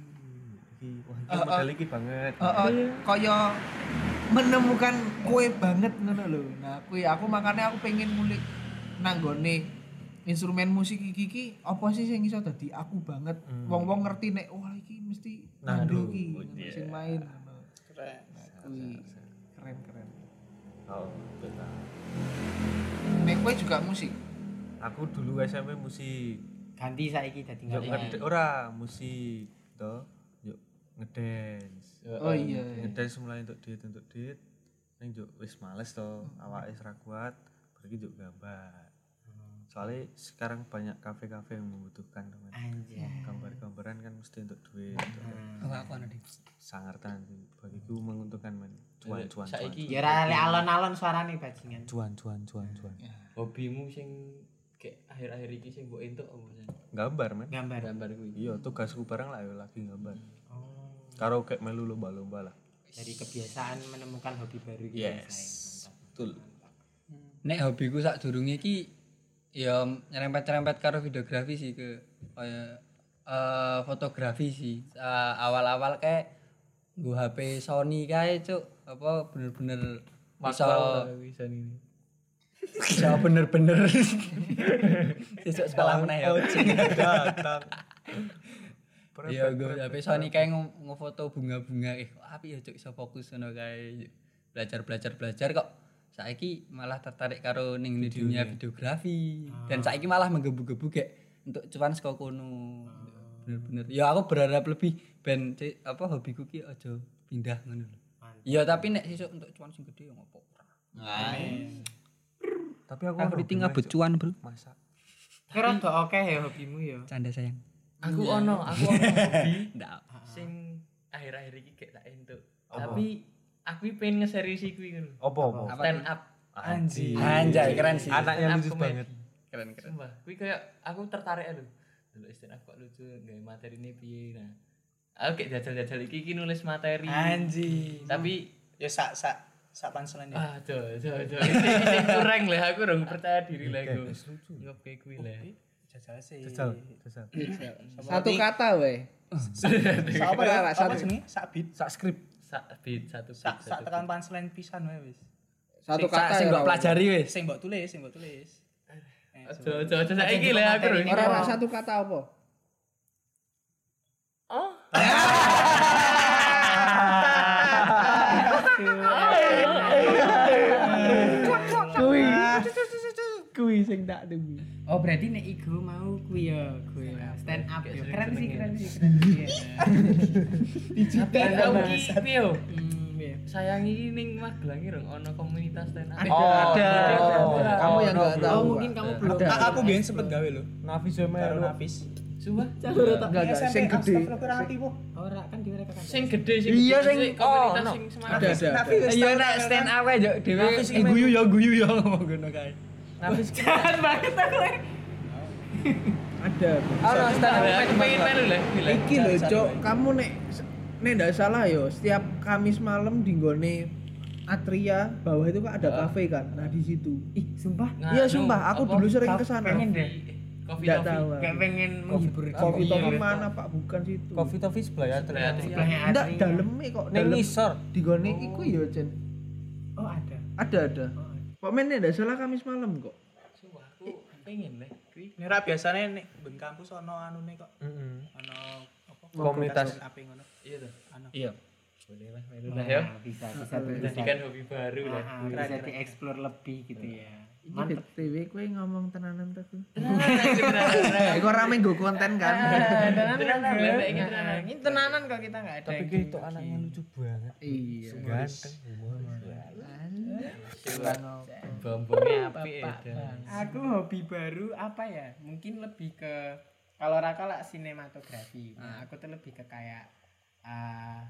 B: Iki wah iki
E: Eh,
B: model iki banget.
E: Heeh, koyo menemukan kue banget ngono lho. Nah, kui aku makanya aku pengen ngulik nanggone instrumen musik iki iki apa sih sing iso dadi aku banget. Wong-wong ngerti nek wah iki mesti nando iki ngono, sing main ngono. Keren. Nah, kui keren keren.
B: Oh, betul.
E: Nek kue juga musik.
B: Aku dulu SMP musik.
G: ganti saiki dadi
B: Yo
E: Iya,
B: ngede
G: ngerti.
B: ora musik to. Yo ngedance.
E: Oh iya.
B: ngedance mulai untuk diet untuk diet neng juk wis males to
F: Hmm.
B: awak wis ra kuat berarti juk gambar
F: Hmm.
B: soalnya sekarang banyak kafe-kafe yang membutuhkan teman
F: Ah, iya.
G: anjay
B: gambar-gambaran kan mesti untuk duit
F: Hmm. Aku anu di.
B: sangar tangan bagiku menguntungkan men cuan cuan cuan
D: Saiki
G: ya ora lek alon-alon suarane
B: Iya.
F: Hmm.
G: bajingan
B: cuan cuan cuan cuan
D: hobimu sing kayak akhir-akhir iki sing mbok entuk apa sih?
B: Gambar men.
G: gambar
D: Gambar kuwi.
B: Iya, tugasku bareng lah yo lagi gambar.
F: Oh.
B: Karo kayak melu lomba-lomba lah.
G: dari kebiasaan menemukan hobi baru gitu
B: Yes. Betul.
F: Nek hobiku sak durunge iki ya nyerempet-nyerempet karo videografi sih ke kaya eh, fotografi sih. Eh, awal-awal kayak nggo HP Sony kae cuk apa bener-bener bisa
D: Wisan ini.
F: bisa bener-bener sesuk sekolah meneh ya. Iya, gue HP Sony kayak nge- ngefoto bunga-bunga eh kok api ya cuk iso fokus ngono kae. Belajar-belajar belajar kok saiki malah tertarik karo ning di dunia videografi dan saiki malah menggebu-gebu kayak untuk cuan saka kono. Bener-bener. Ya aku berharap lebih ben cek, apa hobiku ki aja pindah ngono lho. Iya, tapi nek sesuk untuk cuan sing gede ya ngopo.
B: Tapi aku
F: Aku ditinggal becuan, Bro.
B: Masa
G: kira tuh oke ya hobimu ya
F: Canda sayang.
D: Aku ono, aku ono hobi
F: Ndak.
D: sing akhir-akhir iki kayak tak entuk. Tapi aku iki pengen ngeseriusi kuwi ngono.
B: opo opo?
F: Apa
D: Stand
F: tuh?
D: up.
B: Anjir.
F: Anjay, keren sih.
B: Anaknya
D: Stand up
B: lucu
D: comedy.
B: banget.
F: Keren-keren.
D: Sumpah, kuwi kayak aku tertarik lho. Dulu stand up kok lucu, gawe materi ini piye nah. Aku kayak jajal-jajal iki iki nulis materi.
C: Anji.
D: Tapi
C: Ya sak sak sak panselan ya.
D: ah do do do. Iki iki kurang lah aku urung percaya diri lah aku.
B: Wis lucu.
D: Ngop kayak kuwi lah.
C: Jajal sih.
B: Jajal, jajal.
E: Satu kata weh.
C: Sak apa ya?
E: Ora,
C: Apa
E: satu.
C: jenenge? Sak beat.
B: Sak skrip.
D: Sak beat satu beat,
C: Sak sak
D: satu
C: tekan panselan pisan wae wis.
E: Satu
F: Sing-
E: kata
F: sing
E: ya,
F: mbok
E: Ra, weh.
F: pelajari wis.
C: Sing mbok tulis, sing mbok tulis.
D: beat. Ojo ojo ojo saiki lah aku urung.
E: Ora ora satu kata apa? Kui. Kui sing tak demi.
G: oh berarti nek iku mau kuwi ya kuwi ya. stand up ya keren sih keren sih keren sih ya.
D: Stand up iki piye yo?
G: Hmm, iya.
D: Sayangi ning Magelang iki urung ono komunitas stand up.
B: ada.
E: Kamu yang enggak
G: oh
E: tahu.
G: mungkin kamu belum ya.
C: Ah, aku biyen sempet gawe lho.
B: Nafis yo
C: Karo
B: melu.
C: Nafis.
D: Sumpah.
C: Iya,
E: Enggak enggak sing gede.
G: ora kan di mereka kan
D: Sing gede sing Iya sing komunitas sing semangat.
E: Ada ada. ada.
F: Iya nek stand up ae yo dhewe eh, guyu yo guyu yo ngomong ngono kae.
D: Nafis
G: eh.
E: Ada.
F: Ora stand up
D: aku pengen melu lah. gila.
E: Iki lho, Cok. Kamu nek nek ndak salah yo, setiap Kamis malam di nggone Atria bawah itu Pak ada kafe kan. Nah, di situ.
G: ih sumpah
E: Iya, sumpah, aku dulu sering
G: Kau
E: ke sana.
G: pengen deh
D: Coffee
E: Nggak tahu.
D: coffee.
E: aku.
G: gak pengen menghibur
E: Kopi
D: Iya,
E: topi
D: betul.
E: mana, Pak? Bukan situ.
B: Coffee Toffee sebelah ya ternyata.
G: sebelahnya
E: Ndak
G: Adri.
E: daleme kok.
B: Ning
E: Dalem
B: ngisor.
E: di nggone iku yo, Cen.
G: oh ada
E: Ada ada. Pak Men nek ndak salah Kamis malam kok.
D: Sumpah aku pengen lah. Kuwi
C: Ini ra biasane nek ben kampus ono anune kok.
B: Heeh.
C: Ono apa?
B: Komunitas.
C: stand up-e ngono.
D: iya tuh.
B: Iya.
D: Boleh lah melu lah ya. kan
G: Nah, bisa bisa bisa
D: Jadikan hobi baru lah.
G: Ah, bisa dieksplor lebih gitu ya
E: Ini BTW kowe ngomong tenanan ta ku.
D: Tenanan,
E: Eh, kok rame nggo konten kan.
D: tenanan, tenanan, boleh, ingin tenanan.
G: Ah, ini tenanan kok kita nggak ada
B: Tapi kayak itu anaknya lucu banget.
E: Iya.
B: Ganteng. humoris.
D: Bombongnya apik ya.
G: aku hobi baru apa ya mungkin lebih ke kalau Raka lah sinematografi nah, aku tuh lebih ke kayak ah,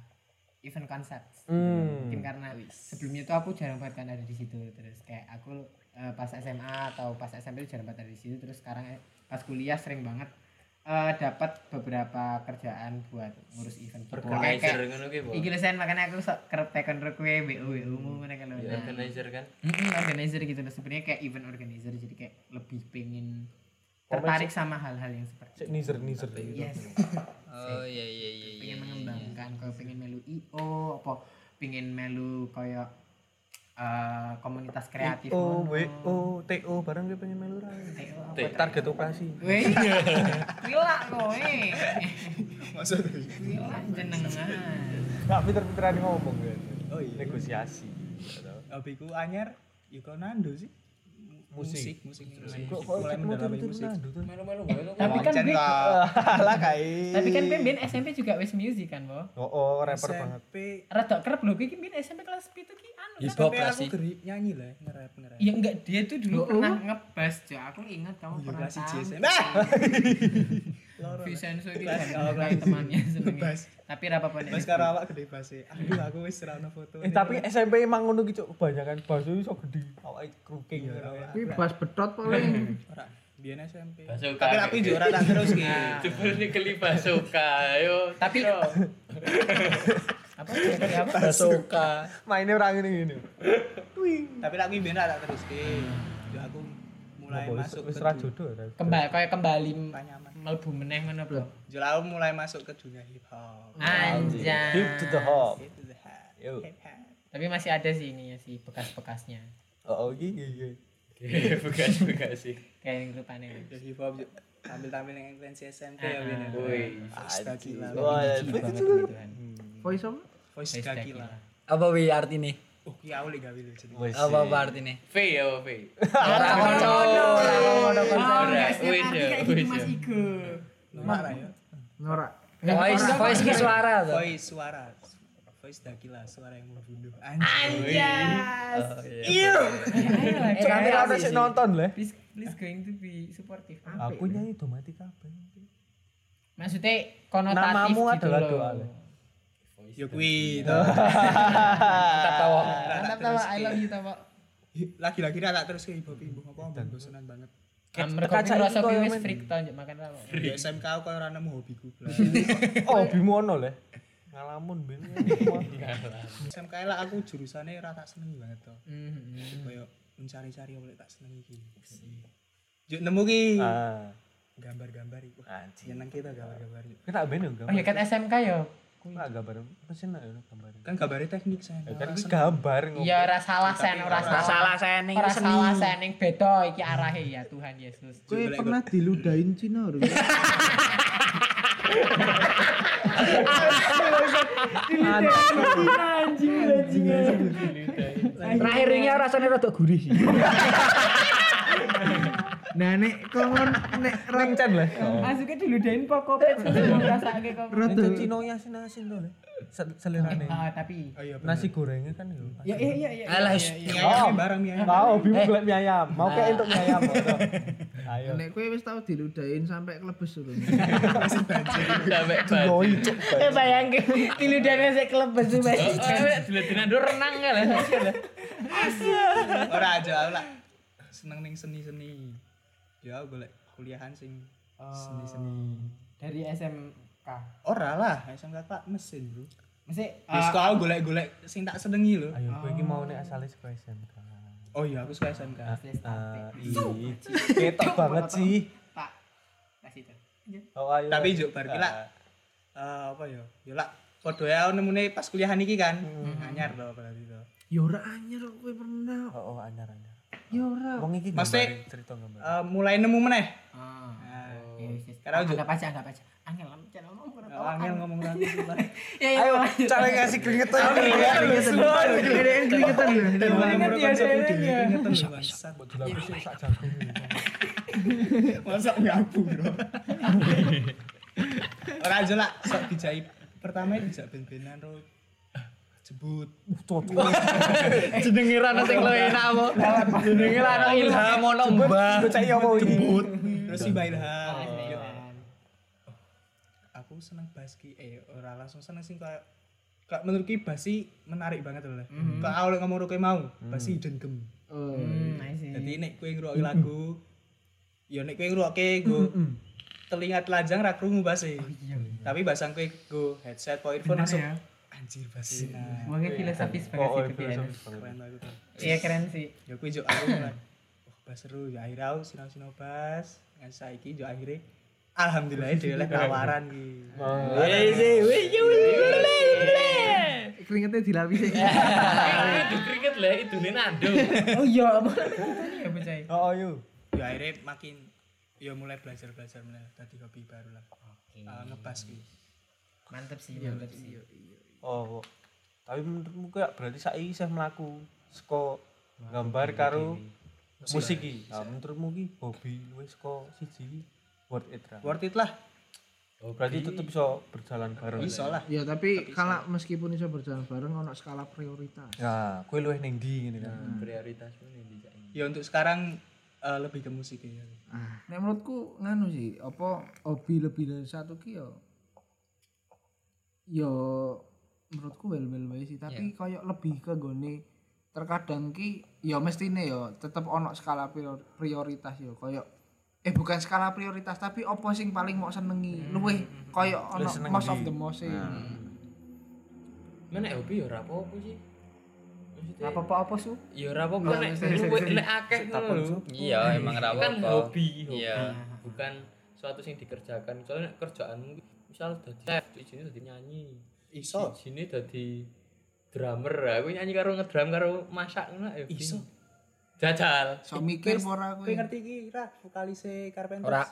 G: event konsep mungkin karena sebelumnya tuh aku jarang banget kan ada di situ terus kayak aku eh, pas SMA atau pas SMP tuh jarang banget ada di situ terus sekarang eh, pas kuliah sering banget eh, dapat beberapa kerjaan buat ngurus event gitu. Kayak-
D: Organizer
G: kayak-
D: ngono ki, Bo.
G: Iki lho Sen, makanya aku sok kerep tekan karo kowe BU BU mu mereka lho. Nah,
D: Organizer kan.
G: Mm-mm, organizer gitu loh sebenarnya kayak event organizer jadi kayak lebih pengen tertarik sama hal-hal yang seperti
B: Cek niser niser.
G: yes
F: Oh iya iya iya.
G: pengen mengembangkan kalau pengen melu io apa pengen melu kayak eh, komunitas kreatif
B: O
G: ngono.
B: W O T O barang gue pengen melu rai.
G: TO
D: T-
G: apa target
B: Target operasi.
G: weh gila kowe
C: Maksudnya
G: gila jenengan
B: Gak pinter-pinteran ngomong gue. Oh iya. Negosiasi. gitu. Gak tau.
C: hobiku anyar ya kok nando sih.
B: Musik.
C: Musik,
B: Kok
C: musik.
B: kok
C: Mulai
B: mau
C: mendalami
B: tiru-tiru
C: musik.
B: nandu tuh.
G: tapi kan
C: Wancen
G: Ben-
C: kok. Lah kai.
G: tapi kan Ben Ben SMP juga wes music kan bo
B: Oh, oh rapper banget.
C: SMP.
G: rada kerep lho kuwi Ben SMP kelas 7 ki anu
F: Hip
G: kan
C: SMP
F: hop lah
C: aku
F: sih.
C: geri nyanyi lah, ngerap ngerap.
G: Ya enggak dia tuh dulu pernah ngebas, Jo. Aku ingat kamu
C: Yo
G: pernah
C: kelas
G: tahu.
C: 1 SMP. Nah,
G: Vincenzo itu kan temannya senengnya.
C: Ngebas.
G: Tapi rapa pun
C: Mas karo awak gede base. Aduh aku wis ra ono foto.
B: Eh tapi SMP emang ngono gitu kebanyakan baso iso gede. Awake kruking.
E: Kuwi bas betot paling.
C: ora. biyen SMP.
D: Basuka.
C: Tapi tapi yo ora tak terus ki.
D: Jebule keli basuka yo.
G: Tapi apa? Jadi apa?
F: Basuka.
B: Mainnya orang ini gini.
C: Tapi aku biyen ora tak terus ki. Yo aku mulai masuk ke
B: Wis ra jodoh ya.
G: Kembali kayak kembali
C: dunia nyaman.
G: mlebu meneh ngono bro.
C: Yo aku mulai masuk ke dunia hip hop.
G: Anjay.
B: Hip to the hop.
C: Hip hop.
B: Yo.
C: Hip hop.
G: Tapi masih ada sih ini ya sih bekas-bekasnya.
B: Oh, iki iki.
D: Bekas bekas sih.
G: Kayak yang grup aneh.
C: Yo hip hop yo. Tampil-tampil yang pensi SMP ya biyen.
D: Woi.
C: Voice gila.
B: Wah,
G: gitu kan,
E: Voice over?
C: Voice gila.
F: Apa wi artine?
C: Oh, ki aku lek gawe lho jeneng.
B: wis.
F: Apa apa artine?
D: V ya V.
F: Ora ngono.
D: Wis ya wis ya.
C: Norak ra yo.
E: Norak.
F: Voice voice ki suara tuh.
C: Voice suara. Voice dakila suara yang membunuh. Anjir.
G: Eh,
B: Tapi ra sik nonton lho.
G: Please, please going to be supportive.
B: Aku nyanyi domati kabeh.
G: Maksudnya konotatif
B: Namamu
G: gitu
B: adalah
G: loh.
B: doa. Le.
C: Yo kuwi to.
G: Mantap tawa.
C: tak
G: Mantap tawa. I love you tawa.
C: Lagi-lagi ra tak terus ke hip hop ibu apa apa bosenan banget.
G: Mereka kan rasa wis freak tau njuk makan tawa.
C: Di SMK aku kayak ora nemu hobiku. blas.
B: Oh, bimono le. Ngalamun ben.
C: SMK lah aku jurusannya ra tak seneng banget to.
G: Mhm.
B: Hmm.
C: Kayak mencari-cari oleh tak seneng iki. Yo nemu ki
B: Ah,
C: gambar-gambar iku.
B: anjir.
C: Jeneng kita gambar-gambar. yo.
B: Kena ben yo
G: Oh ya
B: gambar.
G: kan SMK ya.
B: Kena gambar. Mesin nak yo gambar.
C: Kan gambarnya teknik saya.
B: Ya Kan iki gambar ngomong.
C: Iya.
G: Ya ora salah sen, ora salah.
F: sening
G: Ora salah sen ning beda iki arahe ya Tuhan Yesus.
C: Kowe pernah
E: diludahin Cina lho.
F: Terakhir ini rasanya rada gurih sih.
E: Nah nek kon nek nek
B: Cen le.
G: Masuknya diludahin pokok pet sebelum rasake kok.
B: Itu cinonya asin-asin to le. Se- Selerane.
G: Ah, tapi
B: Nasi gorengnya kan yo.
G: ya iya iya iya.
F: Alah
C: mie ayam barang mie ayam. Eh. Ah.
B: Mau bimu golek mie ayam. Mau kayak untuk mie ayam. Bro. Ayo.
E: nek kowe wis tau diludahin sampai kelebes lho.
D: Sampai baju.
B: Oi, cuk.
G: Eh bayangke diludahin sik kelebes wes.
D: Eh, diletinan do renang ya lah.
C: Ora aja aku lah. Seneng ning seni-seni. Ya aku golek kuliahan sing
B: Ah.
C: seni-seni.
G: Dari SMK.
C: Ora lah, SMK tak mesin, Bro.
G: Mesti
B: Ah.
C: Wis kok aku golek-golek sing tak senengi lho.
B: Ayo, gue ini mau nih asalnya sekolah SMK.
C: Oh iya, aku suka SMK.
B: Ah, Ih, ketok banget sih.
G: Pak. Kasih itu.
B: Oh, ayo.
C: Tapi juk bar ki lah. Eh, apa ya? Ya lah, padha ya aku nemune pas kuliahan iki kan.
B: Hmm.
C: Anyar to berarti to.
E: Ya ora anyar kok kowe pernah.
B: Oh, oh, anyar anyar.
E: Ya ora.
B: Wong iki
C: Maksudnya-
B: gambarin, cerita gambar.
C: Eh, mulai nemu meneh.
G: Ah.
C: Nah,
G: Ya, wis, wis.
C: Karena
G: anggap aja anggap aja. Angel lam channel ngomong kurang
C: oh, angel ngomong aku sumpah.
G: Ya ya.
B: Cara ngasih keringet tuh.
E: Ngedein keringetan lho.
C: Dan malah menurut
G: ya,
C: konsepku
G: saya
C: dhewe ingatan lho bangsat.
B: Aku sih sak jagung.
C: Masa ngabu, Bro. Ora aja lah, sok dijai pertama dijak ben-benan ro jebut.
F: Jenenge ra ono sing luwih enak apa? Jenenge ra ono Ilham ono Mbah.
B: Gue cai iya, apa iki?
C: Jebut. Terus si Mbak Ilham. Yo, Aku seneng bass ki eh ora langsung seneng sing kayak kayak menurut ki bass ki menarik banget lho. Mm Kak awal ngomong ro kowe mau, bass ki dengkem.
G: Hmm, I see.
C: Jadi nek kowe ngrungokke lagu, ya nek kowe ngrungokke nggo telinga telanjang ra krungu base. Tapi basang kowe nggo headset atau earphone langsung anjir base. Nah,
G: Mungkin
B: Oh,
G: filosofis
B: kan.
G: banget sih
B: iya.
G: itu ya.
C: keren lagu tuh.
G: Iya keren sih.
C: Ya kowe njuk aku mulai. Wah, bas seru ya akhirnya aku sinau-sinau bas. Ngan saiki njuk akhirnya alhamdulillah dhewe oleh tawaran iki.
E: Keringetnya dilapisi.
D: Itu kriket lah itu nih nando.
G: Oh iya, apa ya bocah?
B: Oh, ayo.
C: Ya akhirnya makin ya mulai belajar-belajar mulai tadi hobi baru lah. Ah, ngebas ki.
G: Mantep sih, mantep sih.
B: Oh. kok. Tapi menurutmu kayak berarti saiki isih mlaku saka gambar karo musik iki. Ah, menurutmu ki hobi luwih saka siji worth it ra?
C: Worth it lah.
B: Berarti tetep iso berjalan bareng.
C: Iso lah.
E: Ya tapi kalau meskipun iso berjalan bareng ono skala prioritas.
B: Ya, kowe luwih ning ndi ngene kan.
C: Ya untuk sekarang eh, lebih ke musik ya.
E: Nek menurutku nganu sih, apa hobi lebih dari satu ki yo yo menurutku well well wae sih, tapi koyo lebih ke gone terkadang ki yo mestine yo tetep ono skala prior- prioritas yo koyo eh bukan skala prioritas tapi opo sing paling mau senengi
C: Hmm.
E: luweh koyo ono
B: seneng
E: most of
B: di-
E: the most sih
D: Mana hobi ya ora apa-apa sih. Maksudnya
E: apa apa apa su
D: ya ora apa-apa nek luwih nek akeh ngono lho.
I: iya emang
D: Itu kan
I: rawa
D: hobi, hobi.
I: Iya.
D: Bukan suatu yang dikerjakan. Soalnya nek kerjaanmu misal dadi chef, izinnya dadi nyanyi.
C: Iso.
D: Izinnya dadi drummer. Aku nyanyi karo ngedrum karo masak ngono ya. Iso. Jajal.
E: so mikir apa ora
G: Oh,
C: Kowe
E: kowe
C: ngerti iki ra vokalise Carpenters.
I: Ora.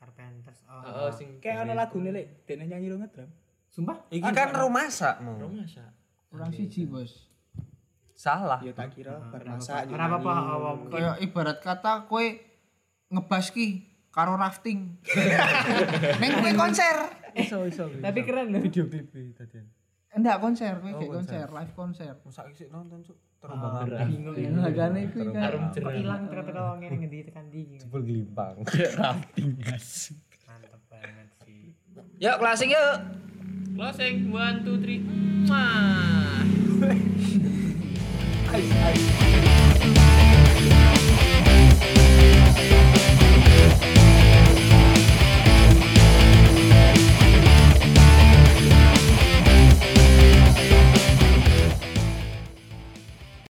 G: Carpenters.
D: Heeh,
G: Oh.
D: sing
C: Kayak ono lagune lek dene nyanyi lo ngedrum.
G: Sumpah?
B: Iki kan rumah sakmu.
D: Rong masak.
E: kurang siji bos
B: Salah.
C: Ya tak kira bar masak yo.
G: Ora apa-apa, awam.
E: koyo ibarat kata kowe ngebas ki karo rafting neng kowe konser
B: Iso iso.
G: Tapi keren loh.
B: Video TV tadi. Oh,
E: enggak konser kowe kayak konser live konser
B: Masak isik nonton cuk. Terombang ambing.
G: Bingung ya.
E: hargane kuwi kan
D: Arum
G: Kok
D: jerah.
G: hilang ternyata wong ngene ngendi tekan ndi.
B: Jebul gelimpang.
G: Mantep banget sih.
I: yuk closing yuk
D: Closing 1 2 3.